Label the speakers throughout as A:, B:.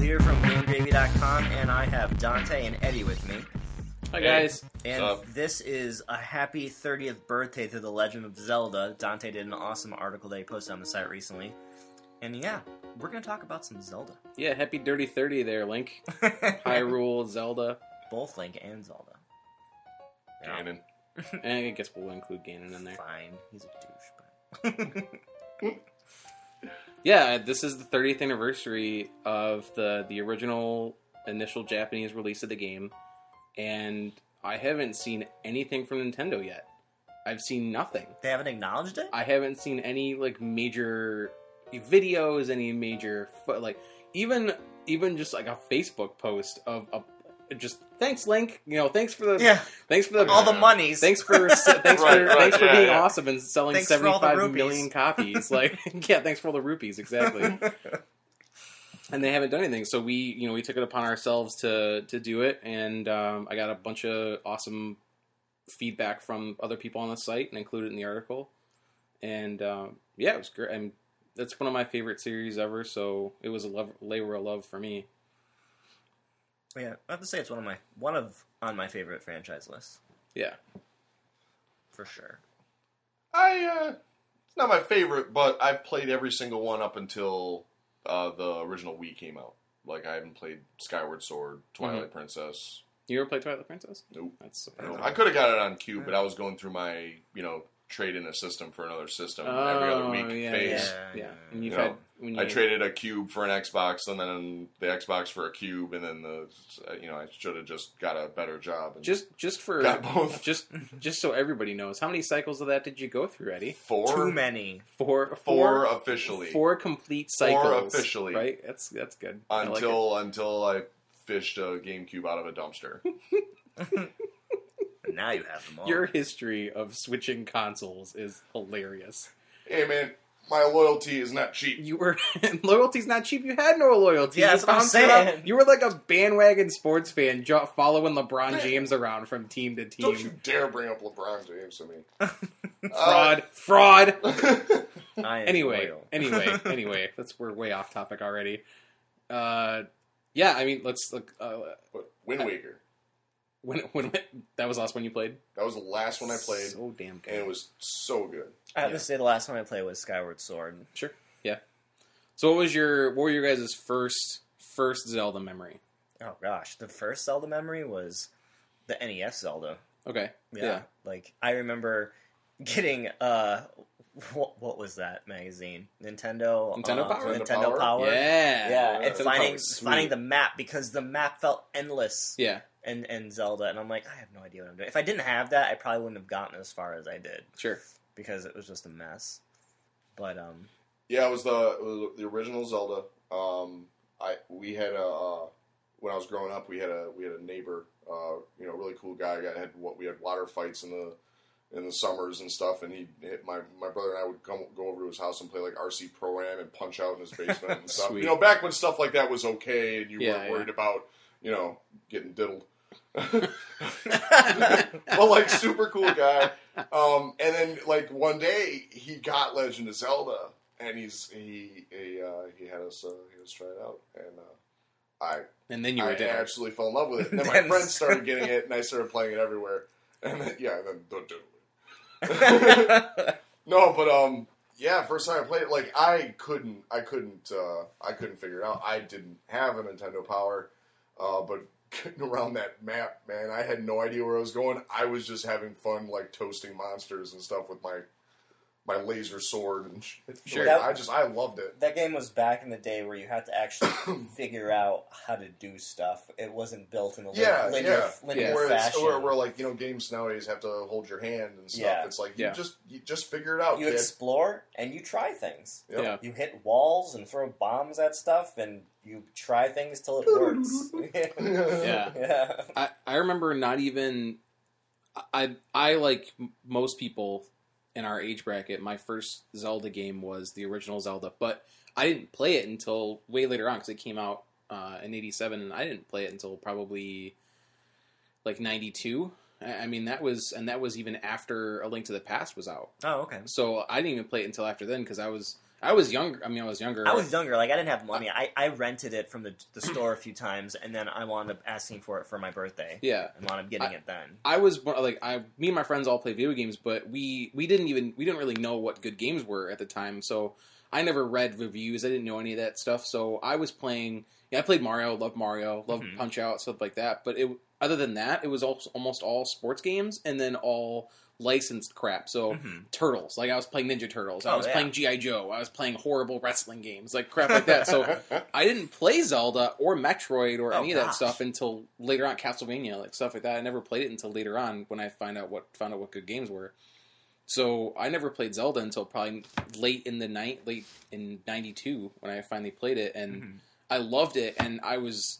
A: here from GameGravy.com, and I have Dante and Eddie with me.
B: Hi
C: Hey.
B: guys.
A: And
C: Sup?
A: this is a happy 30th birthday to The Legend of Zelda. Dante did an awesome article that he posted on the site recently. And yeah, we're going to talk about some Zelda.
B: Yeah, happy Dirty 30 there, Link. Hyrule, Zelda.
A: Both Link and Zelda. Yeah.
C: Ganon.
B: And I guess we'll include Ganon in there.
A: Fine. He's a douche. But...
B: Yeah, this is the 30th anniversary of the the original initial Japanese release of the game, and I haven't seen anything from Nintendo yet. I've seen nothing.
A: they haven't acknowledged it?
B: I haven't seen any like major videos, any major fo- like even even just like a Facebook post of a just thanks Link, you know, thanks for the
A: yeah.
B: thanks for the
A: All the monies.
B: Thanks for se- thanks for
C: Right, right,
B: thanks for
C: yeah,
B: being
C: yeah.
B: awesome and selling
A: Thanks for all
B: seventy
A: the
B: five
A: rupees.
B: million copies. Like, yeah, thanks for all the rupees, exactly. and they haven't done anything, so we, you know, we took it upon ourselves to to do it, and um, I got a bunch of awesome feedback from other people on the site and included in the article. And um, yeah, it was great. I'm that's one of my favorite series ever, so it was a love, labor of love for me.
A: Yeah, I have to say it's one of my one of on my favorite franchise lists
B: Yeah,
A: for sure.
C: I uh, it's not my favorite, but I've played every single one up until uh, the original Wii came out. Like I haven't played Skyward Sword, Twilight
B: Mm-hmm.
C: Princess.
B: you ever play Twilight Princess?
C: Nope.
B: That's
C: I,
B: surprising.
C: could have got it on Cube, but I was going through my you know trade in a system for another system every other
B: Oh,
C: week
B: yeah,
C: phase.
B: Yeah, yeah. And
C: You
B: you've
C: know,
B: had, when you
C: I traded a cube for an Xbox, and then the Xbox for a cube, and then the you know I should have just got a better job. And
B: just just for
C: got both
B: just just so everybody knows, how many cycles of that did you go through, Eddie?
C: four,
A: Too many.
B: Four,
C: four
B: four-
C: officially.
B: four complete
C: Four
B: cycles.
C: officially.
B: right? That's that's good. I like it.
C: until until I fished a GameCube out of a dumpster.
A: But now you have them all.
B: your history of switching consoles is hilarious.
C: hey man, my loyalty is not cheap.
B: You were loyalty's not cheap. You had no loyalty.
A: Yeah,
B: you
A: that's what I'm
B: bounced around-
A: saying.
B: You were like a bandwagon sports fan, jo- following LeBron James around from team to team.
C: Don't you dare bring up LeBron James to me.
B: fraud, fraud.
C: Uh,
A: I am
B: anyway,
A: loyal.
B: anyway, anyway, that's we're way off topic already. Uh, yeah, I mean, let's look. Uh,
C: but Wind Waker.
B: when when that was the last one you played?
C: That was the last one I played,
B: So damn good.
C: and it was so good.
A: I have
B: Yeah.
A: to say the last one I played was Skyward Sword.
B: sure. Yeah. So what was your what were your guys' first first Zelda memory?
A: Oh gosh, the first Zelda memory was the NES Zelda.
B: Okay.
A: Yeah, like I remember getting uh, what, what was that magazine? Nintendo,
B: Nintendo
A: uh,
B: Power?
A: Nintendo Power.
C: Nintendo Power?
A: Yeah,
B: Yeah.
C: Yeah.
A: and
B: Nintendo Power
A: finding
B: was sweet.
A: finding the map because the map felt endless.
B: Yeah.
A: and and Zelda, and I'm like, I have no idea what I'm doing. If I didn't have that, I probably wouldn't have gotten as far as I did
B: Sure.
A: because it was just a mess. But um,
C: Yeah, it was the it was the original Zelda. Um, I we had a uh, when I was growing up, we had a we had a neighbor, uh, you know, really cool guy. I had what we had water fights in the in the summers and stuff, and he hit my my brother and I would come go over to his house and play like RC Pro Am and punch out in his basement and stuff.
B: Sweet.
C: You know, back when stuff like that was okay, and you
B: Yeah,
C: weren't
B: yeah.
C: worried about you know getting diddled.
A: um,
C: well, like super cool guy. Um, and then like one day he got Legend of Zelda, and he's he he, uh, he had us uh, he was trying it out, and uh, I
B: And then you
C: I
B: were dead.
C: absolutely fell in love with it. And then my
A: Dennis.
C: friends started getting it, and I started playing it everywhere. And then yeah, and then don't do it. no, but um, yeah, first time I played it, like I couldn't, I couldn't, uh, I couldn't figure it out. I didn't have a Nintendo Power, uh, but getting around that map, man, I had no idea where I was going. I was just having fun, like toasting monsters and stuff with my my laser sword and shit.
B: Sure.
C: Like, I just, I loved it.
A: that game was back in the day where you had to actually figure out how to do stuff. It wasn't built in a
C: Yeah, yeah.
B: Yeah.
C: Where, it's, where, where like you know games nowadays have to hold your hand and stuff.
A: Yeah.
C: It's like
B: Yeah.
C: you just you just figure it out,
A: you
C: kid.
A: explore and you try things.
C: Yep.
B: Yeah.
A: You hit walls and throw bombs at stuff, and you try things till it works.
B: Yeah.
A: yeah.
B: I, I remember not even I I like m- most people in our age bracket. My first Zelda game was the original Zelda, but I didn't play it until way later on because it came out uh, in '87, and I didn't play it until probably like '92. I I mean that was and that was even after A Link to the Past was out.
A: Oh, okay.
B: So I didn't even play it until after then because I was I was younger. I mean, I was younger.
A: I was younger, like I didn't have money. I, I rented it from the, the store a few times, and then I wound up asking for it for my birthday.
B: yeah.
A: I wound up getting it then.
B: I was one- like, I, me and my friends all play video games, but we we didn't even we didn't really know what good games were at the time. So I never read reviews. I didn't know any of that stuff. So I was playing. Yeah, I played Mario. Loved Mario. Loved
A: Mhm.
B: Punch Out. Stuff like that. But it other than that, it was al- almost all sports games, and then all licensed crap.
C: Oh,
B: So.
A: Mhm.
B: Turtles. Like I was playing Ninja Turtles. I
A: Oh,
B: was
A: yeah.
B: playing GI Joe. I was playing horrible wrestling games, like crap like that. So I didn't play Zelda or Metroid or
A: Oh,
B: any of that
A: gosh.
B: stuff until later on Castlevania, like stuff like that. I never played it until later on when I find out what found out what good games were. So I never played Zelda until probably late in the night, late in '92 when I finally played it, and
A: Mhm.
B: I loved it. And I was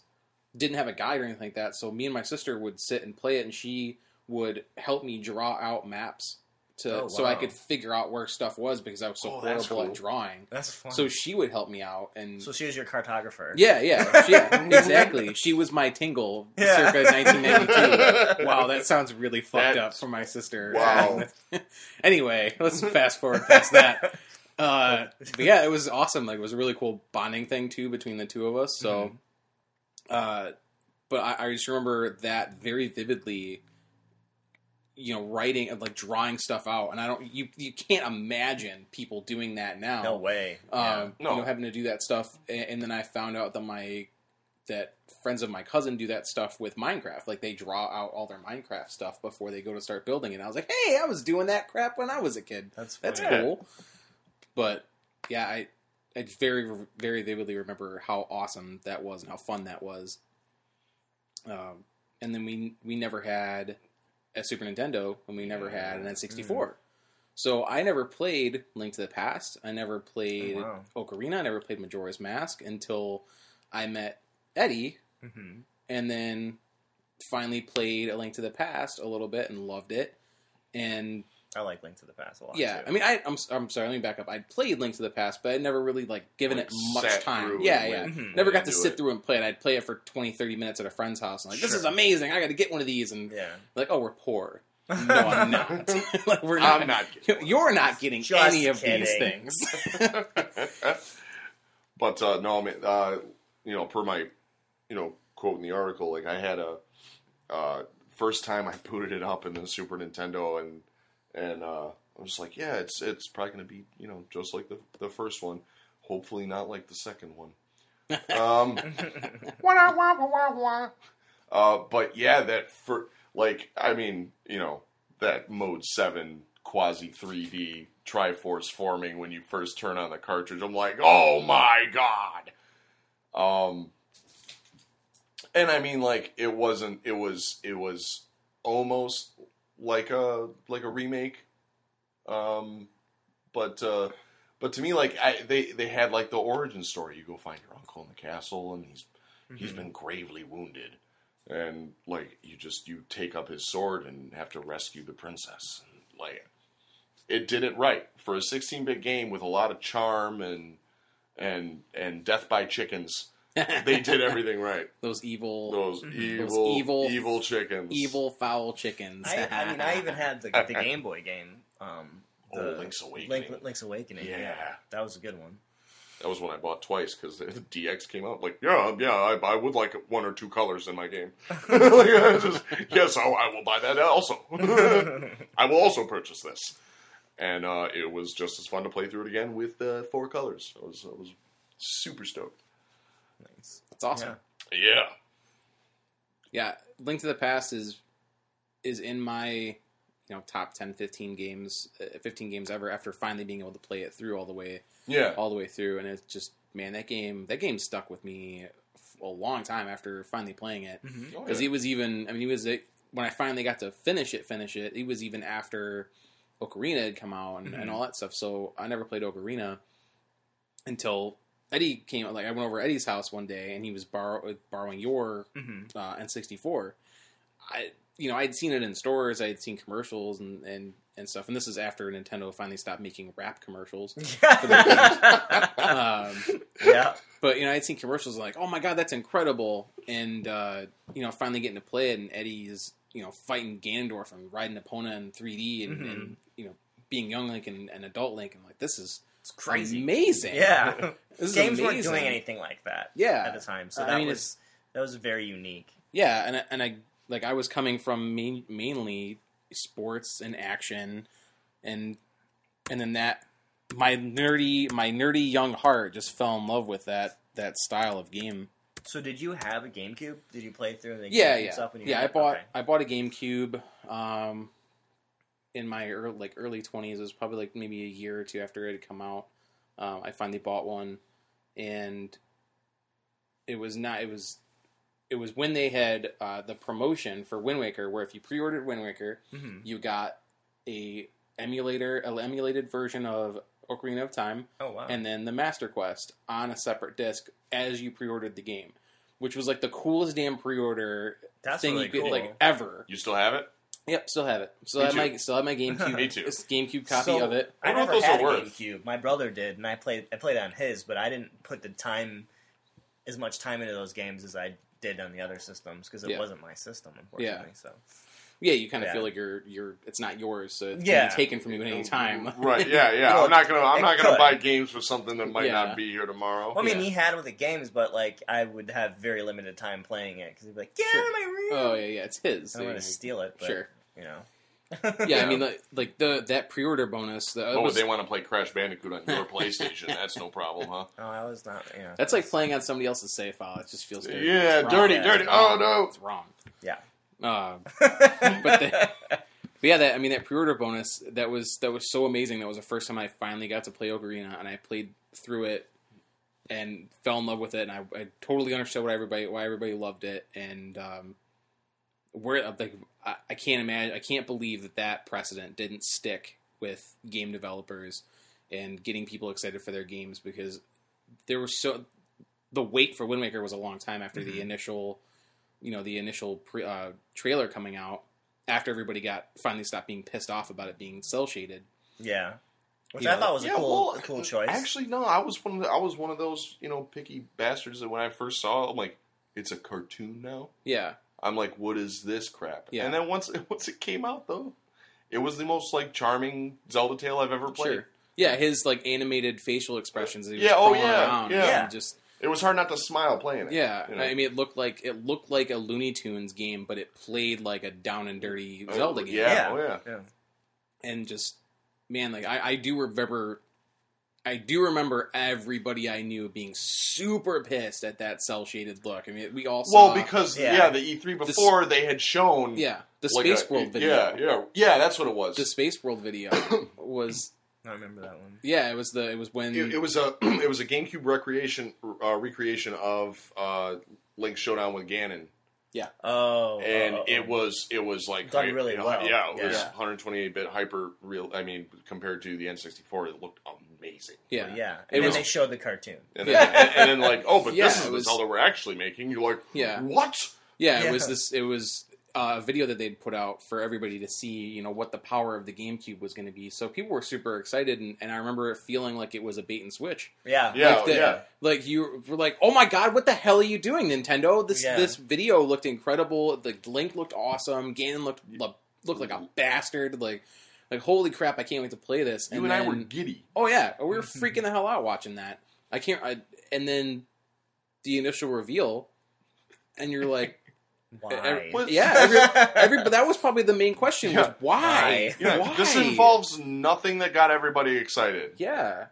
B: didn't have a guide or anything like that, so me and my sister would sit and play it, and she would help me draw out maps to
A: Oh,
B: so I
A: wow.
B: could figure out where stuff was because I was so
A: Oh, that's
B: horrible
A: cool.
B: at drawing.
A: That's fun.
B: So she would help me out, and
A: so she was your cartographer.
B: yeah, yeah, she, exactly. She was my tingle
A: Yeah.
B: circa 1992. wow, that sounds really fucked up
D: That's-
B: for my sister.
C: Wow.
B: anyway, let's fast forward past that. Uh, but yeah, it was awesome. Like, it was a really cool bonding thing too between the two of us. So, uh, but I, I just remember that very vividly. You know, writing and like drawing stuff out, and I don't. You you can't imagine people doing that now
A: No way.
B: um,
D: Yeah.
B: you know,
D: No.
B: having to do that stuff. And, and then I found out that my that friends of my cousin do that stuff with Minecraft. Like they draw out all their Minecraft stuff before they go to start building. And I was like, hey, I was doing that crap when I was a kid.
A: That's fun.
B: That's
D: Yeah.
B: cool. But yeah, I I very very vividly remember how awesome that was and how fun that was. Um, and then we we never had a Super Nintendo and we never had an N sixty four. So I never played Link to the Past. I never played
A: Oh, Wow.
B: Ocarina. I never played Majora's Mask until I met Eddie,
A: Mhm.
B: and then finally played A Link to the Past a little bit and loved it. And
A: I like Link to the Past a lot.
B: yeah,
A: too.
B: I mean, I, I'm I'm sorry, let me back up. I played Link to the Past, but I never really like given
D: Like,
B: it much
D: sat
B: time.
D: through
B: Yeah,
D: and
B: yeah.
D: went
A: Mhm.
B: Never
D: and
B: got to
D: do
B: sit
D: it.
B: through and play it. I'd play it for 20, 30 minutes at a friend's house. And like, this
A: Sure.
B: is amazing. I got to get one of these. And
A: yeah.
B: like, oh, we're poor. No, I'm not. like, we're not.
D: I'm not.
B: You're not getting
A: Just
B: any of these
A: kidding.
B: things.
C: but uh, no, I mean, uh, you know, per my, you know, quote in the article, like I had a uh, first time I booted it up in the Super Nintendo, and and uh, I was just like, yeah, it's it's probably gonna be you know just like the the first one, hopefully not like the second one. Um, wah, wah, wah, wah, wah. Uh, but yeah, that for like I mean, you know, that mode seven quasi 3D Triforce forming when you first turn on the cartridge. I'm like, oh my god. Um, and I mean, like, it wasn't. It was. It was almost like a like a remake. Um, but uh, but to me, like, I, they they had like the origin story. You go find your uncle in the castle, and he's he's
A: Mhm.
C: been gravely wounded and like you just you take up his sword and have to rescue the princess and, like it did it right for a 16-bit game with a lot of charm and and and death by chickens they did everything right
B: Those evil,
C: those
A: Those
C: evil
B: evil-
C: evil, chickens
B: evil foul chickens.
A: I, I mean, I even had the, the Game Boy game. Um,
C: oh
A: the
C: link's awakening
A: Link, Link's Awakening.
C: Yeah.
A: that was a good one.
C: that was when i bought twice because the the dx came out like yeah yeah I, I would like one or two colors in my game like, I was just, yes I, I will buy that also I will also purchase this. And uh, it was just as fun to play through it again with uh, four colors. I was, I was super stoked.
A: nice.
B: It's awesome.
A: Yeah.
C: Yeah.
B: yeah link to the past is is in my you know top 10 15 games uh, 15 games ever after finally being able to play it through all the way
C: Yeah.
B: all the way through and it's just man that game that game stuck with me f- a long time after finally playing it
A: Mhm.
C: Oh,
B: because
C: yeah.
B: he was even i mean he was a, when i finally got to finish it finish it it was even after ocarina had come out and, and
C: Mm-hmm.
A: Mhm.
B: all that stuff so i never played ocarina until eddie came like i went over to eddie's house one day and he was borrow, borrowing your
A: Mhm.
B: uh, N64. I, you know, I'd seen it in stores, I'd seen commercials and, and, and stuff. And this is after Nintendo finally stopped making rap commercials. um,
A: yeah.
B: but you know, I'd seen commercials like, "Oh my god, that's incredible!" And uh, you know, finally getting to play it, and Eddie's you know fighting Ganondorf and riding Epona in 3D, and,
A: Mhm.
B: and you know, being young Link and, and adult Link, and like this is
A: It's crazy.
B: amazing.
A: Yeah,
B: this is
A: games weren't
B: amazing.
A: doing anything like that at
B: Yeah,
A: the time, so
B: I
A: that
B: mean,
A: was that was very unique.
B: yeah, and I- and I like I was coming from main, mainly sports and action, and and then that my nerdy my nerdy young heart just fell in love with that that style of game.
A: So, did you have a GameCube? Did you play through the
B: yeah,
A: GameCube
B: yeah,
A: stuff? When you
B: yeah.
A: had
B: I
A: it?
B: bought
A: Okay.
B: I bought a GameCube um, in my early, like early twenties. It was probably like maybe a year or two after it had come out. Um, I finally bought one, and it was not. It was it was when they had uh, the promotion for Wind Waker, where if you pre-ordered Wind Waker,
A: Mhm.
B: you got a emulator, an emulated version of Ocarina of Time,
A: Oh wow!
B: and then the Master Quest on a separate disc as you pre-ordered the game, which was like the coolest damn pre-order
A: That's
B: thing
A: really
B: you could
A: cool.
B: like ever.
C: You still have it?
B: Yep, still have it. Still
C: Me
B: have my
C: too.
B: still have my GameCube.
C: Me too.
B: It's GameCube copy
A: So-
B: of it.
A: I
C: wonder what
A: never
C: those
A: had
C: are
A: a
C: worth.
A: GameCube. My brother did, and I played. I played on his, but I didn't put the time as much time into those games as I did on the other systems because it
B: Yeah.
A: wasn't my system, unfortunately. So
B: Yeah, you kind of
A: Yeah.
B: feel like you're you're it's not yours, so it's
A: Yeah.
B: can be taken from you at any time.
C: Right? Yeah, yeah.
A: Well,
C: I'm not gonna. I'm
A: it
C: not gonna
A: could.
C: buy games for something that might
B: Yeah.
C: not be here tomorrow.
A: Well, I mean,
B: Oh, Yeah.
A: he had with the games, but like I would have very limited time playing it because he'd be like, "Get
B: Sure.
A: out of my room!"
B: Oh yeah, yeah, it's his.
A: I'm
B: so,
A: gonna steal it. But,
B: sure.
A: you know.
B: Yeah, I mean, like, like the that pre-order bonus. The,
C: Oh,
B: was-
C: but they want to play Crash Bandicoot on your PlayStation. That's no problem, huh?
A: oh, I was not. Yeah,
B: that's like playing on somebody else's save file. It just feels dirty.
C: Yeah,
B: It's wrong.
C: dirty,
B: It's
C: dirty.
B: wrong.
C: Oh no.
B: it's wrong.
A: Yeah.
B: Um,
A: but
B: they- But yeah, that I mean that pre-order bonus that was that was so amazing. That was the first time I finally got to play Ocarina, and I played through it and fell in love with it, and I, I totally understood what everybody why everybody loved it, and um, where like I, I can't imagine, I can't believe that that precedent didn't stick with game developers and getting people excited for their games because there was so the wait for Wind Waker was a long time after the
A: Mhm.
B: initial, you know, the initial pre, uh, trailer coming out after everybody got finally stopped being pissed off about it being cell shaded.
A: yeah, which
B: Yeah.
A: I thought was a
C: yeah,
A: cool,
C: well,
A: a cool choice.
C: Actually, no. I was one. Of the, I was one of those you know picky bastards that when I first saw, it, I'm like, it's a cartoon now.
B: Yeah,
C: I'm like, what is this crap?
B: Yeah.
C: And then once once it came out though, it was the most like charming Zelda tale I've ever played.
B: sure. Yeah, his like animated facial expressions. that he was
C: Yeah, oh,
B: crawling
C: yeah,
B: around
C: yeah.
B: and just
C: It was hard not to smile playing it.
B: yeah.
C: you know.
B: I mean, it looked like it looked like a Looney Tunes game, but it played like a down and dirty
C: Oh,
B: Zelda game.
C: Yeah,
A: Yeah.
C: Oh, yeah.
A: yeah.
B: and just man, like I, I do remember, I do remember everybody I knew being super pissed at that cell shaded look. I mean, we all saw
C: Well, because
A: Yeah.
C: yeah. the E3
B: The s-
C: before they had shown
B: yeah, the
C: like,
B: space
C: a-
B: world video,
C: Yeah, yeah, yeah. That's what it was.
B: the space world video was
A: I remember that one.
B: yeah, it was the it was when
C: it, it was a it was a GameCube recreation uh, recreation of uh, Link Showdown with Ganon,
A: Oh,
C: and
A: oh, oh,
C: it was it was like
A: Done really
C: yeah,
A: well.
C: Yeah, it was
B: Yeah.
C: 128 bit hyper real. I mean, compared to the N64, it looked amazing.
A: oh,
B: yeah.
A: yeah.
B: It
A: And then
B: was-
A: they showed the cartoon.
C: And
B: Yeah.
C: then, and, and then like, oh, but
B: Yeah,
C: this
B: it
C: is the
B: was-
C: Zelda we're actually making. You're like,
B: Yeah.
C: what?
B: Yeah, it was
A: Yeah.
B: this. It was uh, a video that they'd put out for everybody to see. You know what the power of the GameCube was going to be. So people were super excited, and, and I remember it feeling like it was a bait and switch.
A: Yeah,
C: Yeah,
B: Like the-
C: yeah.
B: Like you were like, "Oh my god, what the hell are you doing, Nintendo? This
A: Yeah.
B: this video looked incredible. The Link looked awesome. Ganon looked looked
C: Mm-hmm.
B: like a bastard. Like like holy crap, I can't wait to play this."
C: You and, I were Mm-hmm.
B: then-
C: giddy.
B: Oh yeah, we were freaking the hell out watching that. I can't. I, and then the initial reveal, and you're like.
A: Why?
C: Well,
B: Yeah, every, every, but that was probably the main question was
C: Yeah.
B: why?
A: Why?
C: Yeah,
B: Why?
C: this involves nothing that got everybody excited.
B: Yeah,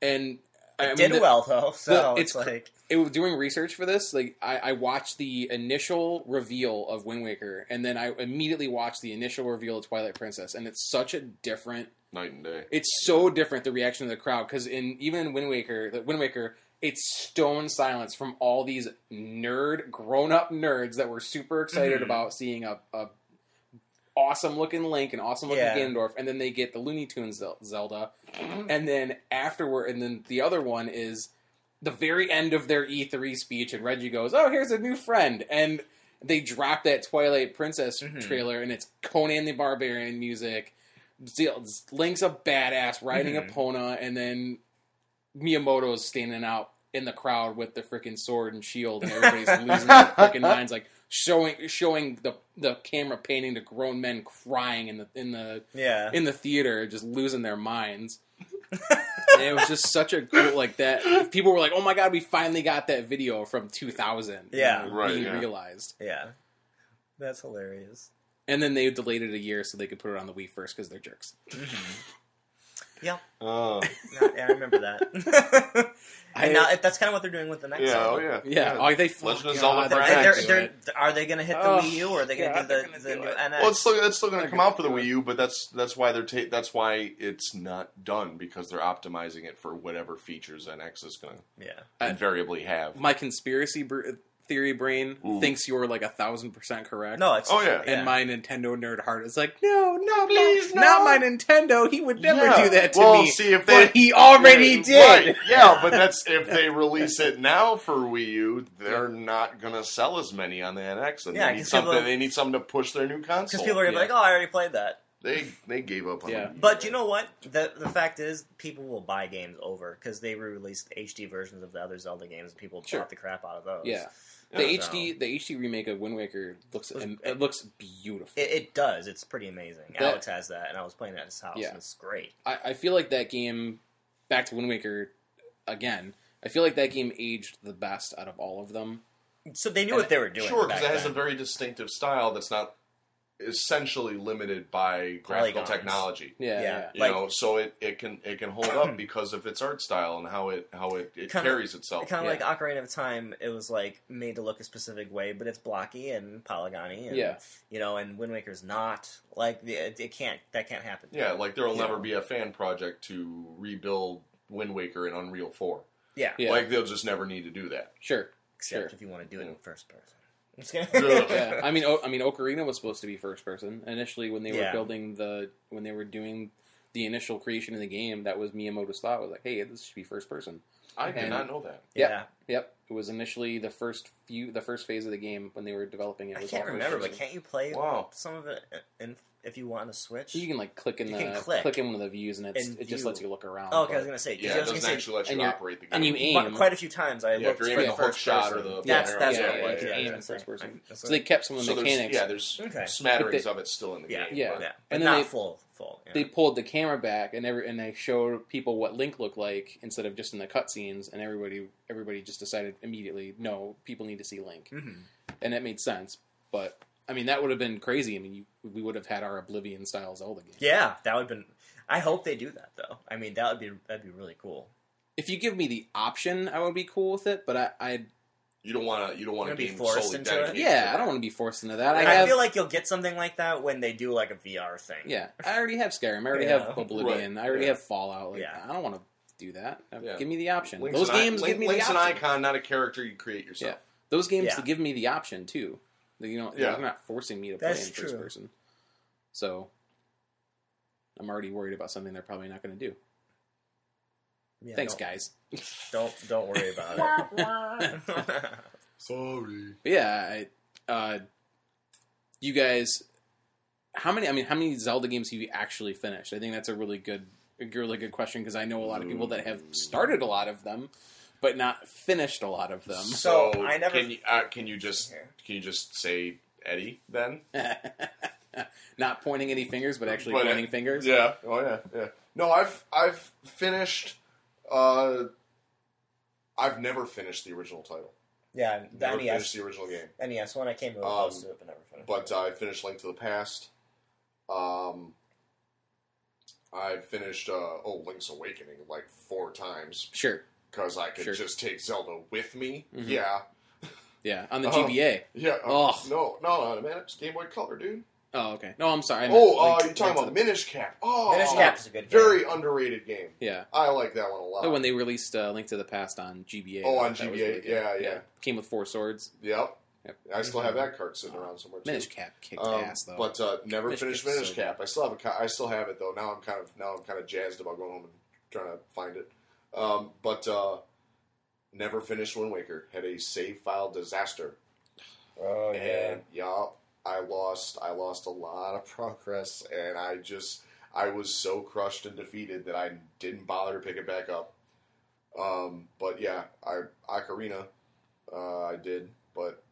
B: and I mean,
A: did
B: the-
A: well though. So it's,
B: the- it's cr-
A: like
B: It was doing research for this. Like I, I watched the initial reveal of Wind Waker, and then I immediately watched the initial reveal of Twilight Princess, and it's such a different.
C: Night and day.
B: It's so different the reaction of the crowd because in even in Wind Waker, the Wind Waker. It's stone silence from all these nerd, grown-up nerds that were super excited
A: Mhm.
B: about seeing a, a awesome looking Link and awesome looking
A: Yeah.
B: Ganondorf, and then they get the Looney Tunes Zel- Zelda, and then afterward, and then the other one is the very end of their E3 speech, and Reggie goes, "Oh, here's a new friend," and they drop that Twilight Princess
A: Mhm.
B: trailer, and it's Conan the Barbarian music. Zel- Link's a badass riding
A: Mhm.
B: a Pona, and then Miyamoto's standing out in the crowd with the freaking sword and shield, and everybody's losing their freaking minds, like showing showing the the camera painting to grown men crying in the in the
A: yeah.
B: in the theater, just losing their minds. and it was just such a cool like that. People were like, "Oh my god, we finally got that video from 2000."
A: Yeah.
B: And they
D: Right,
B: really
D: yeah.
B: realized.
A: Yeah. That's hilarious.
B: And then they delayed it a year so they could put it on the Wii first because they're jerks.
D: Oh,
A: No, yeah, I remember that.
B: I-
A: and now, if that's kind of what they're doing with the next
D: yeah, oh
A: one.
D: yeah,
B: Yeah, oh, they
D: Legend
B: oh,
D: of Zelda
B: God,
A: They're-
D: Right.
B: they're-
D: Brand.
A: they're-
B: they're-
A: they're- are they going to hit the
B: Oh,
A: Wii U or are they going
B: God,
A: to
B: they're
A: do
B: gonna
A: the, the
B: do
A: new
B: it.
A: NX?
D: Well, it's still it's still going to
B: They're
D: come
B: gonna
D: out for the
B: do it.
D: Wii U, but that's that's why they're ta- that's why it's not done because they're optimizing it for whatever features NX is going to
A: yeah.
B: I-
D: invariably have.
B: my conspiracy br- theory brain
D: Ooh.
B: thinks you're like a thousand percent correct.
A: No, it's.
D: Oh, yeah.
B: And my Nintendo nerd heart is like, no, no,
D: Please,
B: no,
D: no."
B: not my Nintendo. He would never
D: Yeah.
B: do that to
D: well,
B: me.
D: see if they
B: but he already
D: Right,
B: did.
D: Yeah, but that's if they release it now for Wii U, they're not going to sell as many on the NX, and
A: Yeah,
D: they need
A: 'cause
D: something.
A: people-
D: They need something to push their new console.
A: Because people are gonna
B: Yeah.
A: be like, oh, I already played that.
D: they they gave up on. the
B: Yeah.
D: Wii U.
A: But you know what? The the fact is, people will buy games over because they released HD versions of the other Zelda games, and people
B: Sure.
A: bought the crap out of those.
B: Yeah.
D: Yeah,
B: The HD, the HD remake of Wind Waker looks
A: Looks-
B: it, it looks beautiful.
A: It, it does. It's pretty amazing.
B: That-
A: Alex has that, and I was playing it at his house,
B: Yeah.
A: and it's great.
B: I, I feel like that game, back to Wind Waker, again. I feel like that game aged the best out of all of them.
A: So they knew
B: And
A: what they were doing.
D: Sure,
A: back
D: because it has
A: then.
D: a very distinctive style that's not essentially limited by graphical
A: Polygons.
D: technology.
B: Yeah,
A: Yeah.
B: yeah.
D: You
A: Like-
D: know, so it, it can it can hold up because of its art style and how it how it, it
A: Kinda-
D: carries itself.
A: Kind of
B: Yeah.
A: like Ocarina of Time, it was like made to look a specific way, but it's blocky and polygony. And,
B: Yeah.
A: you know, and Wind Waker's not like the- it, it can't that can't happen.
D: Yeah, like there will
A: Yeah.
D: never be a fan project to rebuild Wind Waker in Unreal Four.
A: yeah,
B: Yeah.
D: Like they'll just never need to do that.
B: Sure.
A: except
B: Sure.
A: if you want to do it in first person. I'm just
D: Ugh.
A: kidding.
B: yeah, I mean, o- I mean, Ocarina was supposed to be first person initially when they were
A: Yeah.
B: building the when they were doing the initial creation of the game. That was Miyamoto's thought was like, hey, this should be first person.
D: I did
B: And-
D: not know that.
B: Yeah.
A: yeah.
B: Yep, it was initially the first few the first phase of the game when they were developing it.
A: I
B: was
A: can't
B: all first
A: remember,
B: person.
A: but can't you play
D: Wow.
A: some of it in, if you want to switch?
B: you can like click in
A: You
B: the
A: can
B: click.
A: click.
B: in one of the views and it's,
A: And
B: it just
A: view.
B: lets you look around.
A: oh, okay, I was
B: but-
A: gonna say. 'cause
D: Yeah,
A: I
D: it
A: was gonna
D: doesn't
A: say
D: actually let
B: and
D: you
B: you're-
D: operate the game.
B: and you aim.
A: But quite a few times I
D: Yeah, if
A: looked
D: you're
A: for
D: aiming
A: the
D: the hook
A: first
D: shot or
A: person.
D: the
A: that's
D: banner,
A: that's
B: yeah,
A: what
B: yeah,
A: I-
B: you can
A: yeah,
B: aim in
A: that's
B: first
A: what I-
B: person.
A: that's
B: so
A: what
B: they kept some of the
D: so there's
B: mechanics.
D: yeah, there's
A: Okay.
D: smatterings
B: But
D: of it still in the
A: Yeah.
D: game.
B: Yeah.
A: I-
D: but-
A: yeah, but
B: And then
A: not
B: they-
A: full, full. yeah.
B: They pulled the camera back and every and they showed people what Link looked like instead of just in the cutscenes, and everybody everybody just decided immediately, no, people need to see Link,
A: Mhm.
B: and that made sense. But I mean, that would have been crazy. I mean, you, we would have had our Oblivion style Zelda game.
A: Yeah, that would been. I hope they do that though. I mean, that would be that'd be really cool.
B: If you give me the option, I would be cool with it. But I, I
D: You don't want to. You don't want
A: You're
D: to
A: gonna be
D: game
A: forced
D: solely
A: into it?
D: dedicated.
B: yeah,
D: to
B: I don't
D: that.
B: want to be forced into that. I,
A: I,
B: have,
A: feel like you'll get something like that when they do like a VR thing.
B: yeah, I already have Skyrim. I already
A: Yeah.
B: have Oblivion. I already
D: Yeah.
B: have Fallout. Like,
A: Yeah.
B: I don't want to do that. Uh,
D: Yeah.
B: Give me the option.
D: Link's
B: Those
D: an i-
B: games
D: Link-
B: give me
D: Link's
B: the
D: an
B: option.
D: icon, not a character you create yourself.
B: Those games
A: Yeah.
B: to give me the option too. They- You know,
D: Yeah.
B: they're not forcing me to play
A: That's
B: in first
A: true.
B: person. So I'm already worried about something they're probably not going to do.
A: Yeah,
B: Thanks,
A: don't,
B: guys.
A: Don't don't worry about it.
D: Sorry.
B: But yeah, I, uh, you guys, how many? I mean, how many Zelda games have you actually finished? I think that's a really good, a really good question because I know a lot of people that have started a lot of them, but not finished a lot of them.
A: So, I never-
D: Can you, uh, can you just can you just say Eddie then?
B: not pointing any fingers, but actually
D: But, uh,
B: pointing fingers.
D: Yeah. Oh yeah. Yeah.
C: No, I've I've finished. Uh, I've never finished the original title.
A: yeah, the E
C: Never
A: NES
C: finished the original game,
A: NES E one I came really
C: Um,
A: close to it, but never finished.
C: but uh, I finished Link to the Past. Um, I finished uh, oh Link's Awakening like four times
B: Sure.
C: because I could
B: Sure.
C: just take Zelda with me.
B: Mhm.
C: Yeah,
B: Yeah, on the
C: Oh.
B: GBA.
C: yeah. Uh,
B: Ugh.
C: no, no, no, man, it's Game Boy Color, dude.
B: Oh, okay. No, I'm sorry. I meant, like,
C: oh, uh, you're talking
B: that's
C: about Minish Cap. Oh,
A: Minish Cap is a good game.
C: very underrated game.
B: a- yeah.
C: I like that one a lot.
B: Oh, when they released uh, Link to the Past on GBA.
C: Oh,
B: I
C: on
B: thought that was
C: GBA,
B: really good.
C: yeah, yeah.
B: Came with four swords.
C: Yep.
B: Yep. Mm-hmm.
C: I still have that card sitting around somewhere. Too.
B: Minish Cap kicked
C: Um,
B: ass though.
C: But uh, never
B: Minish
C: finished
B: Cap's
C: Minish
B: so good.
C: Cap. I still have a co- I still have it though. Now I'm kind of now I'm kind of jazzed about going home and trying to find it. Um, but uh, never finished Wind Waker. Had a save file disaster.
A: oh
C: And yup, I lost. I lost a lot of progress, and I just I was so crushed and defeated that I didn't bother to pick it back up. Um, but yeah, I Ocarina, uh, I did, but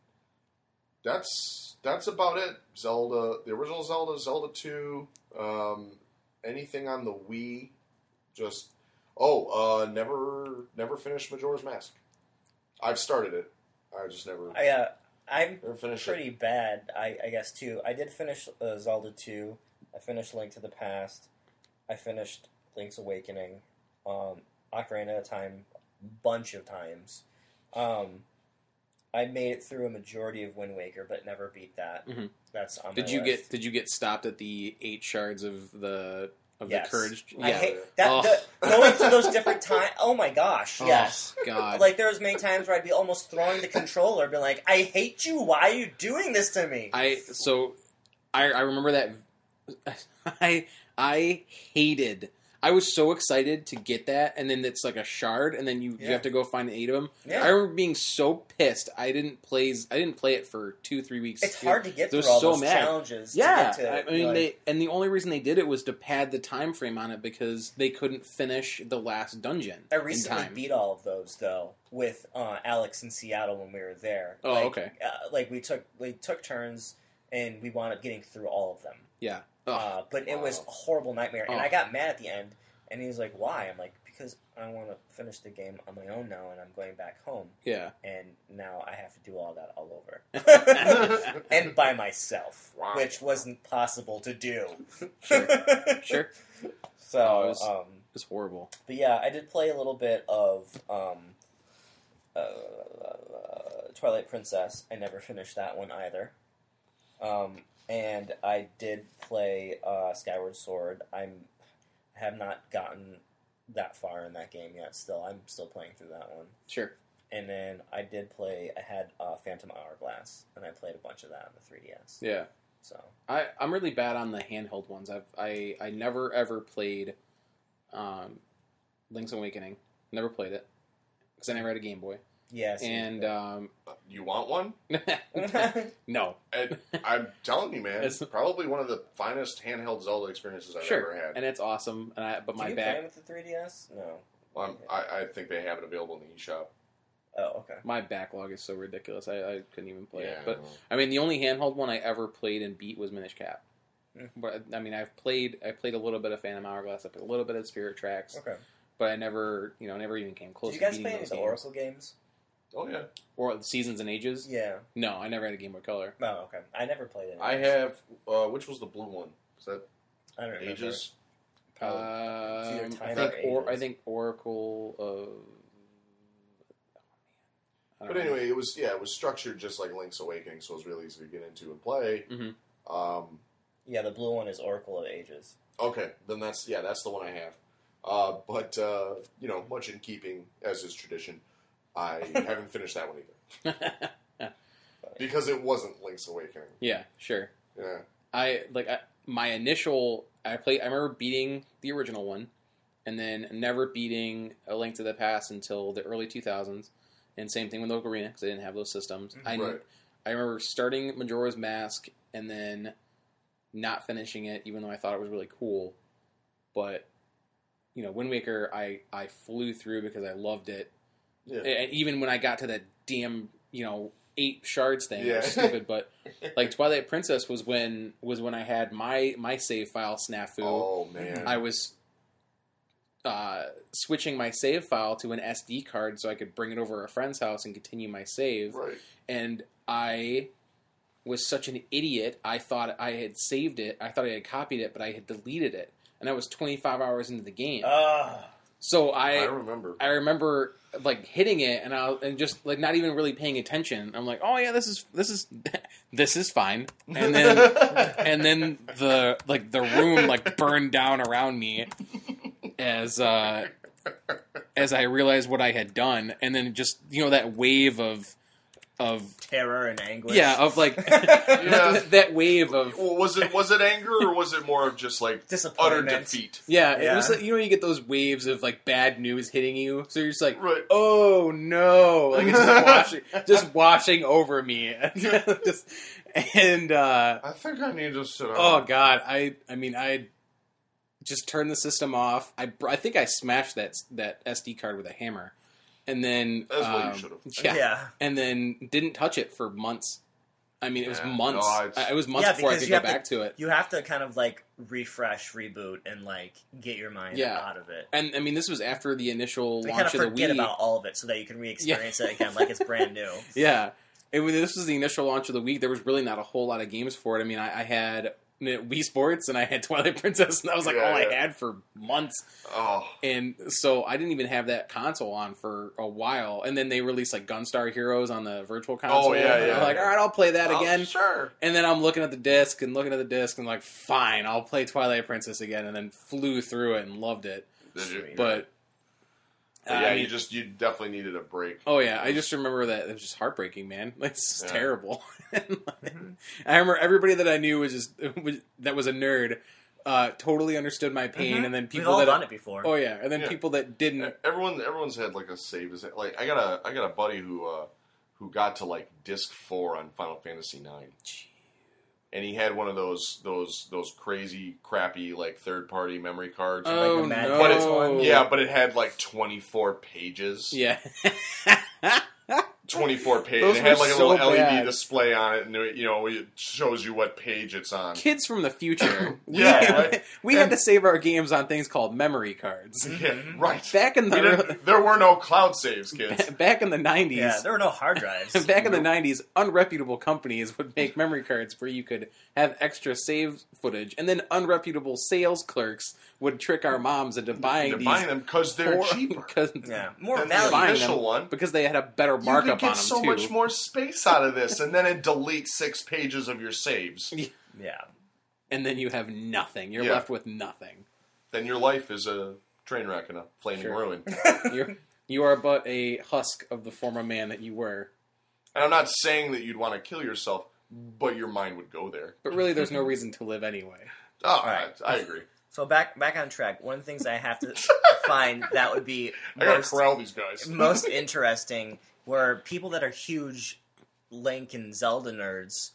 C: that's that's about it. Zelda, the original Zelda, Zelda two, um, anything on the Wii, just Oh, uh, never, never finished Majora's Mask. I've started it. I just never,
A: I, uh, I'm
C: never finished it.
A: pretty bad, I, I guess, too. I did finish uh, Zelda 2. I finished Link to the Past. I finished Link's Awakening. Um, Ocarina of Time, bunch of times. Um, I made it through a majority of Wind Waker, but never beat that.
B: Mhm.
A: That's on
B: Did
A: my
B: you get
A: list.
B: did you get stopped at the eight shards of the of
A: Yes.
B: the courage?
A: I
B: Yeah.
A: hate that.
B: Oh.
A: The, going to those different times. Oh my gosh!
B: Oh,
A: Yes.
B: God.
A: Like there was many times where I'd be almost throwing the controller, being like, "I hate you! Why are you doing this to me?"
B: I so I I remember that I I hated. I was so excited to get that, and then it's like a shard, and then you,
A: Yeah.
B: you have to go find eight of them. I
A: yeah,
B: remember being so pissed. I didn't play. I didn't play it for two three weeks.
A: it's hard to get
B: They're
A: through all
B: so
A: those
B: mad.
A: challenges. to
B: Yeah,
A: get to,
B: I mean,
A: like-
B: they and the only reason they did it was to pad the time frame on it because they couldn't finish the last dungeon
A: I
B: in
A: recently
B: time.
A: beat all of those though with uh, Alex in Seattle when we were there.
B: Oh,
A: like,
B: okay.
A: Uh, like we took we took turns and we wound up getting through all of them.
B: yeah. Ugh.
A: Uh, but it was
C: wow.
A: a horrible nightmare, and
B: Oh.
A: I got mad at the end. And he was like, "Why?" I'm like, "Because I want to finish the game on my own now, and I'm going back home,
B: yeah.
A: and now I have to do all that all over and by myself,
C: Wow.
A: which wasn't possible to do."
B: Sure. sure. It
A: So,
B: Oh, it was-
A: um,
B: was horrible.
A: But yeah, I did play a little bit of um, uh, Twilight Princess. I never finished that one either. Um, and I did play uh, Skyward Sword. I'm I have not gotten that far in that game yet. Still, I'm still playing through that one.
B: Sure.
A: And then I did play. I had uh, Phantom Hourglass, and I played a bunch of that on the 3DS.
B: Yeah.
A: So
B: I, I'm really bad on the handheld ones. I've I, I never ever played um, Link's Awakening. Never played it because I never had a Game Boy.
A: yes,
B: And um,
C: You want one?
B: no,
C: And I'm telling you, man, it's
B: It's-
C: probably one of the finest handheld Zelda experiences I've
B: Sure.
C: ever had.
B: and it's awesome. And I but
A: Did
B: my
A: you play
B: back
A: with the 3DS? No.
C: Well, I'm, I, I think they have it available in the eShop.
A: Oh, okay.
B: my backlog is so ridiculous. I, I couldn't even play
C: Oh, yeah,
B: it. But I mean, the only handheld one I ever played and beat was Minish Cap.
A: Mm.
B: But I mean, I've played I played a little bit of Phantom Hourglass. I played a little bit of Spirit Tracks,
A: Okay.
B: but I never you know never even came close.
A: Did you
B: to
A: guys
B: beating
A: play any of
B: those
A: the
B: games.
A: Oracle games?
C: oh yeah,
B: or Seasons and Ages?
A: Yeah.
B: No, I never had a Game Boy Color.
A: Oh, okay. I never played it.
C: I have. Uh, which was the blue one? Is that
A: I don't remember.
C: Ages?
A: Probably.
B: Um,
A: either
B: I
A: time
B: think,
A: or
B: or, I
A: ages.
B: think Oracle of. I don't
C: But
B: know.
C: anyway, it was yeah, it was structured just like Link's Awakening, so it was really easy to get into and play.
B: Mhm.
C: Um,
A: yeah, the blue one is Oracle of Ages.
C: okay, then that's yeah, that's the one I have. Uh, but uh, you know, much in keeping as is tradition, I haven't finished that one either because it wasn't Link's Awakening.
B: yeah, sure.
C: Yeah,
B: I like I, my initial. I play. I remember beating the original one, and then never beating A Link to the Past until the early two thousands. And same thing with Ocarina because I didn't have those systems. I
C: right.
B: I remember starting Majora's Mask and then not finishing it, even though I thought it was really cool. But you know, Wind Waker, I I flew through because I loved it.
C: Yeah.
B: And even when I got to that damn you know eight shards thing,
C: Yeah.
B: it was stupid. But like Twilight Princess was when was when I had my my save file snafu.
C: Oh man.
B: I was uh, switching my save file to an SD card so I could bring it over to a friend's house and continue my save
C: Right.
B: and I was such an idiot. I thought I had saved it. I thought I had copied it, but I had deleted it, and I was 25 hours into the game.
A: Ah.
B: so
C: I
B: I
C: remember.
B: I remember like hitting it, and I and just like not even really paying attention. I'm like, oh yeah, this is this is this is fine, and then. And then the like the room like burned down around me as uh as I realized what I had done and then just you know that wave of of
A: Terror and anguish.
B: yeah, of like
C: Yeah.
B: that wave of
C: Well, was it was it anger or was it more of just like utter
A: Disappointment.
C: defeat?
B: yeah,
A: Yeah.
B: It was like, you know you get those waves of like bad news hitting you, so you're just like,
C: Right.
B: oh no, like it's just washing, just washing over me, just, and uh,
C: I think I need to sit down.
B: oh god, I I mean I just turned the system off. I br- I think I smashed that that SD card with a hammer, and then
C: That's what you
B: um,
C: should've.
A: Yeah.
B: yeah, and then didn't touch it for months. I mean, it was
C: Yeah.
B: months.
C: No, it's-
B: I- it was months
A: Yeah,
B: before I
A: because
B: could
A: you
B: go
A: have to-
B: back to it.
A: You have to kind of like refresh, reboot, and like get your mind
B: Yeah.
A: out of it.
B: And I mean, this was after the initial
A: They kind of
B: launch of the
A: forget
B: Wii.
A: about all of it so that you can re-experience it again like it's brand new.
B: Yeah. And when this was the initial launch of the week, there was really not a whole lot of games for it. I mean, I, I had Wii Sports and I had Twilight Princess, and that was like
C: Yeah,
B: all I
C: yeah.
B: had for months.
C: Oh,
B: And so I didn't even have that console on for a while. And then they released like Gunstar Heroes on the virtual console.
C: Oh, yeah,
B: and I'm
C: yeah,
B: like,
A: yeah.
B: all right, I'll play that again.
C: oh, Sure.
B: And then I'm looking at the disc and looking at the disc and like, fine, I'll play Twilight Princess again. And then flew through it and loved it.
C: Did you?
A: Sweet.
B: But
C: But
B: I
C: yeah,
B: mean-
C: you just you definitely needed a break.
B: Oh yeah, I just remember that it was just heartbreaking, man. Like it's just
C: Yeah.
B: terrible. And, like, I remember everybody that I knew was just was, that was a nerd, uh, totally understood my pain,
A: Mhm.
B: and then
A: We've
B: people
A: all
B: that
A: done it before.
B: oh yeah, and then
C: Yeah.
B: people that didn't.
C: E, Everyone, everyone's had like a save. as- Like I got a I got a buddy who uh, who got to like disc four on Final Fantasy nine. and he had one of those those those crazy crappy like third party memory cards.
A: like
B: Oh
A: a Mad
B: no!
C: But it's-
A: Oh.
C: yeah, but it had like twenty four pages.
B: yeah.
C: twenty four pages.
B: Those
C: It
B: were
C: had like a
B: so
C: little LED
B: bad.
C: display on it, and it, you know it shows you what page it's on.
B: Kids from the future. We-
C: Yeah, right.
B: we had to save our games on things called memory cards.
C: Yeah, right.
B: Back in
C: We
B: the early-
C: didn't- there were no cloud saves, kids.
B: back in the nineties,
A: Yeah, there were no hard drives.
B: Back in the '90s, unreputable companies would make memory cards where you could have extra save footage, and then unreputable sales clerks would trick our moms into buying
C: They're
B: these
C: buying them because they're cheaper.
B: because
A: yeah, more
C: Than
A: value.
C: the
B: Buying
C: initial
B: them.
C: one.
B: because they had a better
C: You could
B: markup on them
C: get so
B: too.
C: much more space out of this, and then it deletes six pages of your saves.
A: Yeah,
B: and then you have nothing. You're
C: Yeah.
B: left with nothing.
C: Then your life is a train wreck and a flaming
B: Sure.
C: ruin.
B: You're you are but a husk of the former man that you were.
C: And I'm not saying that you'd want to kill yourself, but your mind would go there.
B: But really, there's no reason to live anyway.
C: Oh,
A: right.
C: I, I agree.
A: So back back on track. One of the things I have to find that would be
C: I gotta
A: most,
C: corral these guys.
A: most interesting were people that are huge Link and Zelda nerds.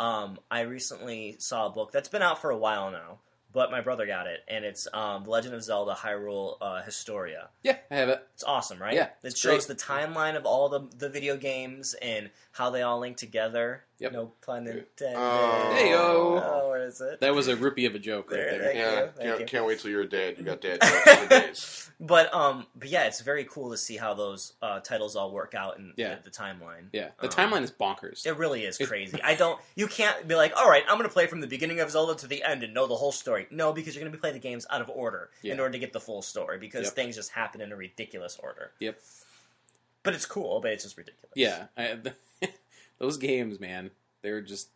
A: Um, I recently saw a book that's been out for a while now, but my brother got it, and it's um, The Legend of Zelda: Hyrule uh, Historia.
B: Yeah, I have it.
A: It's awesome, right?
B: Yeah,
A: it
B: it's
A: shows the timeline of all the the video games and how they all link together.
B: Yep.
A: No pun intended.
B: Heyo.
A: Oh, where is it?
B: That was a rupee of a joke right
A: There,
B: there.
A: there.
C: Yeah,
A: Thank you, thank
C: can't,
A: you.
C: can't wait till you're a dad. You got dad jokes for days.
A: But um, but yeah, it's very cool to see how those uh, titles all work out in
B: Yeah.
A: the, the timeline.
B: Yeah, the
A: Um,
B: timeline is bonkers.
A: It really is
B: It-
A: crazy. I don't. You can't be like, all right, I'm going to play from the beginning of Zelda to the end and know the whole story. No, because you're going to be playing the games out of order in
B: Yeah.
A: order to get the full story because
B: Yep.
A: things just happen in a ridiculous order.
B: Yep.
A: But it's cool, but it's just ridiculous.
B: Yeah, I, those games, man, they're just.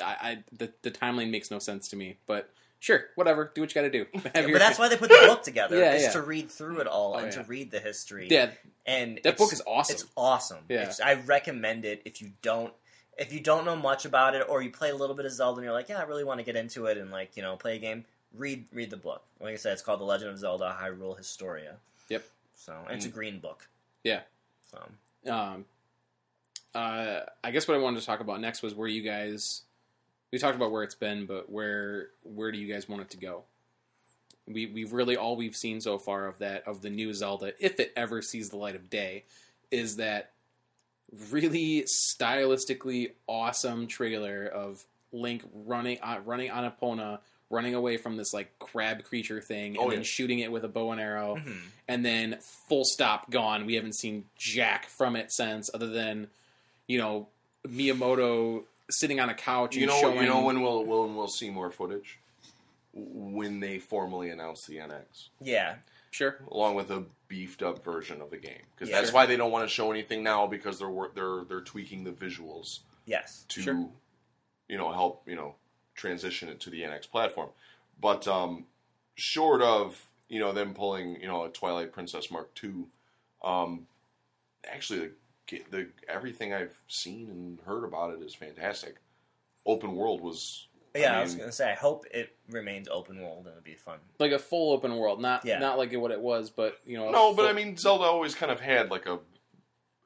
B: I, I the the timeline makes no sense to me, but sure, whatever. Do what you got to do. Have
A: Yeah,
B: your-
A: but that's why they put the book together
B: Yeah,
A: is
B: yeah.
A: to read through it all
B: Oh,
A: and to
B: yeah.
A: read the history.
B: yeah,
A: and
B: that
A: it's-
B: book is awesome.
A: It's awesome.
B: Yeah.
A: It's, I recommend it if you don't if you don't know much about it or you play a little bit of Zelda and you're like, yeah, I really want to get into it and like you know play a game. Read read the book. Like I said, it's called The Legend of Zelda: Hyrule Historia.
B: Yep.
A: So and
C: Mm.
A: it's a green book.
B: Yeah.
A: So
B: um, uh, I guess what I wanted to talk about next was where you guys. We talked about where it's been, but where where do you guys want it to go? We we've really all we've seen so far of that of the new Zelda, if it ever sees the light of day, is that really stylistically awesome trailer of Link running uh, running on Epona, running away from this like crab creature thing, and
C: Oh,
B: then
C: yeah.
B: shooting it with a bow and
C: Oh.
B: arrow
A: mhm.
B: and then full stop gone. We haven't seen jack from it since, other than you know Miyamoto sitting on a couch.
C: You
B: and
C: know,
B: showing,
C: you know when we'll, we'll we'll see more footage when they formally announce the NX,
A: yeah,
B: sure,
C: along with a beefed up version of the game. Because
A: Yeah.
C: that's why they don't want to show anything now because they're wor- they're they're tweaking the visuals
A: yes,
C: to
B: Sure.
C: you know help you know transition it to the NX platform. But um, short of you know them pulling you know a Twilight Princess Mark II, um, actually the, ge- the everything I've seen and heard about it is fantastic. Open world was
A: yeah. I,
C: mean-
A: was gonna say I hope it remains open world and it'd be fun.
B: like a full open world, not
A: Yeah.
B: not like what it was, but you know, a
C: no, but
B: full-
C: I mean Zelda always kind of had like a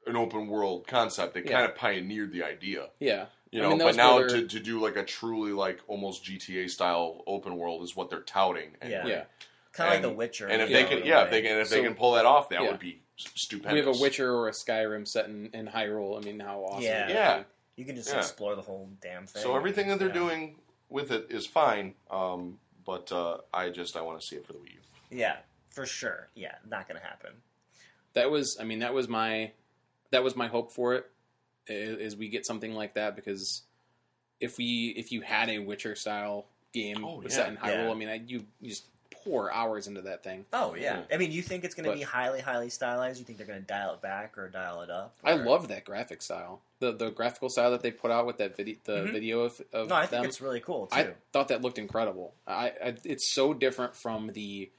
C: an open world concept. They
B: Yeah.
C: kind of pioneered the idea.
B: yeah,
C: You
B: I
C: know,
B: mean,
C: but
B: those
C: now
B: were-
C: to, to do like a truly like almost GTA style open world is what they're touting.
A: Yeah.
B: yeah.
A: Kind of like
C: And-
A: The Witcher.
C: And if
A: you
C: they
A: know, in
C: can,
A: a
C: yeah,
A: way.
C: if they can, if
B: So-
C: they can pull that off, that
B: yeah.
C: would be s- stupendous.
B: We have a Witcher or a Skyrim set in, in Hyrule. I mean, how awesome!
A: Yeah.
B: would that
C: Yeah.
B: be?
A: You can just
C: Yeah.
A: explore the whole damn thing.
C: So everything that they're
A: Yeah.
C: doing with it is fine, um, but uh, I just I want to see it for the Wii U.
A: Yeah, for sure. Yeah, not gonna happen.
B: that was i mean that was my that was my hope for it i- is we get something like that because if we if you had a witcher style game
C: Oh,
B: set
C: yeah.
B: in hyrule
A: Yeah.
B: i mean I, you, you just pour hours into that thing
A: Oh yeah. I mean, you think it's gonna
B: Mm. But-
A: be highly, highly stylized? You think they're gonna dial it back or dial it up?
B: i
A: or-
B: love that graphic style the the graphical style that they put out with that video the
A: Mhm.
B: video of, of
A: No, I
B: them
A: think it's really cool too.
B: I thought that looked incredible. I, I it's so different from the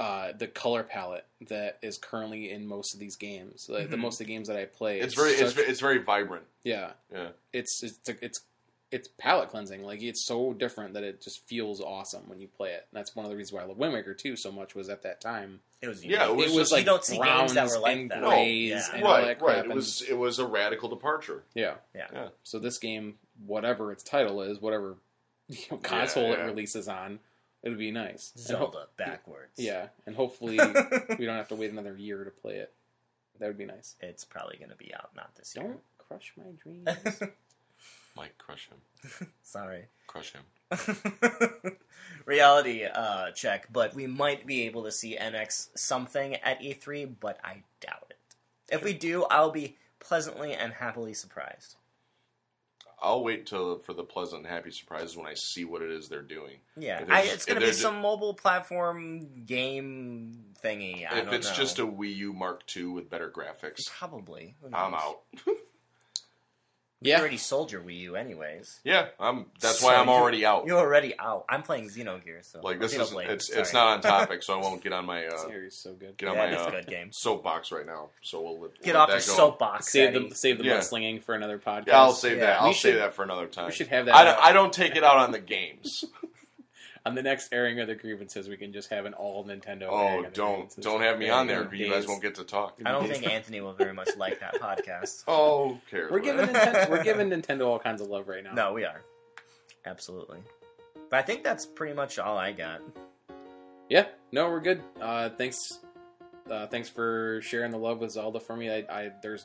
B: uh, the color palette that is currently in most of these games. Like the
A: Mhm.
B: most of the games that I play,
C: It's very it's,
B: such-
C: ve- it's very vibrant.
B: yeah
C: Yeah.
B: It's it's it's it's palette cleansing. Like it's so different that it just feels awesome when you play it. And that's one of the reasons why I love Wind Waker too so much. Was at that time
A: it was
C: Yeah,
A: unique.
B: it was,
C: just-
B: like
A: you don't see
B: browns
A: games that were like
B: and
A: that.
C: No,
B: grays
A: yeah.
B: and all that
C: Right,
B: crap.
C: right. It
B: and-
C: was it was a radical departure.
B: yeah.
A: Yeah.
C: Yeah.
B: So this game, whatever its title is, whatever you know,
C: Yeah,
B: console
C: yeah.
B: it releases on, it'll be nice. And ho-
A: Zelda backwards.
B: yeah, and hopefully we don't have to wait another year to play it. That would be nice.
A: it's probably gonna be out not this year.
B: Don't crush my dreams.
C: Mike, crush him,
A: Sorry.
C: crush him.
A: Reality uh, check, but we might be able to see NX something at E3, but I doubt it. If we do, I'll be pleasantly and happily surprised.
C: I'll wait till for the pleasant, happy surprises when I see what it is they're doing.
A: Yeah,
C: If
A: I,
C: there's-
A: it's going to
C: if
A: be
C: there's a-
A: some mobile platform game thingy. I
C: if
A: don't
C: it's
A: know.
C: just a Wii U Mark II with better graphics,
A: probably, Who
C: I'm
A: knows?
C: out.
A: You
B: Yeah.
A: already sold your Wii U, anyways.
C: Yeah, I'm. That's
A: So
C: why I'm
A: you-
C: already out.
A: You're already out. I'm playing Xenogears, so
C: Like this is
A: Xenoblade,
C: it's it's
A: sorry.
C: not on topic, so I won't get on my uh,
B: series so good.
C: get on
A: yeah,
C: my
A: it's a
C: uh,
A: good game.
C: soapbox right now. So we'll let,
A: Get
C: we'll
A: off
C: let
A: your
C: that go.
A: soapbox.
B: Save
A: Eddie.
B: the save the
C: Yeah.
B: slinging for another podcast.
C: Yeah, I'll save
A: Yeah.
C: that.
B: We
C: I'll save
B: should-
C: that for another time.
B: we should have that
C: I,
B: out
C: don't- I don't take it out on the games.
B: on the next airing of the grievances. We can just have an all Nintendo. airing
C: oh,
B: of the
C: don't
B: grievances.
C: don't have me on there.
B: Days.
C: You guys won't get to talk.
A: I don't think Anthony will very much like that podcast.
C: Oh, who cares?
B: We're
C: Whatever.
B: giving Nintendo, we're giving Nintendo all kinds of love right now.
A: No, we are. Absolutely. But I think that's pretty much all I got.
B: Yeah, no, we're good. Uh, thanks, uh, thanks for sharing the love with Zelda for me. I, I there's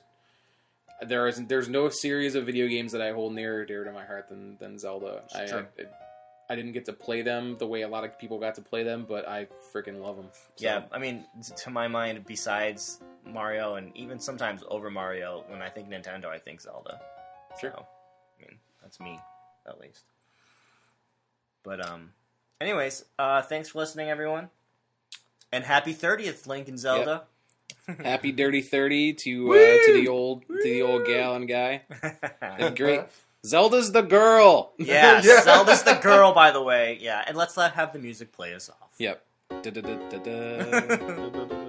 B: there is there's no series of video games that I hold nearer dear to my heart than than Zelda.
A: It's
B: I,
A: true.
B: I I didn't get to play them the way a lot of people got to play them, but I freaking love them.
A: Yeah, I mean, t- to my mind, besides Mario and even sometimes over Mario, when I think Nintendo, I think Zelda.
B: Sure.
A: So, I mean, that's me, at least. But, um, anyways, uh, thanks for listening, everyone. And happy 30th, Link and Zelda.
B: Happy dirty thirty to uh, to the old to the old gal and guy. And great Zelda's the girl.
A: yeah,
E: Yeah.
A: Zelda's the girl, by the way. Yeah, and let's let- have the music play us off.
B: Yep. Da-da-da-da-da. Da-da-da-da-da.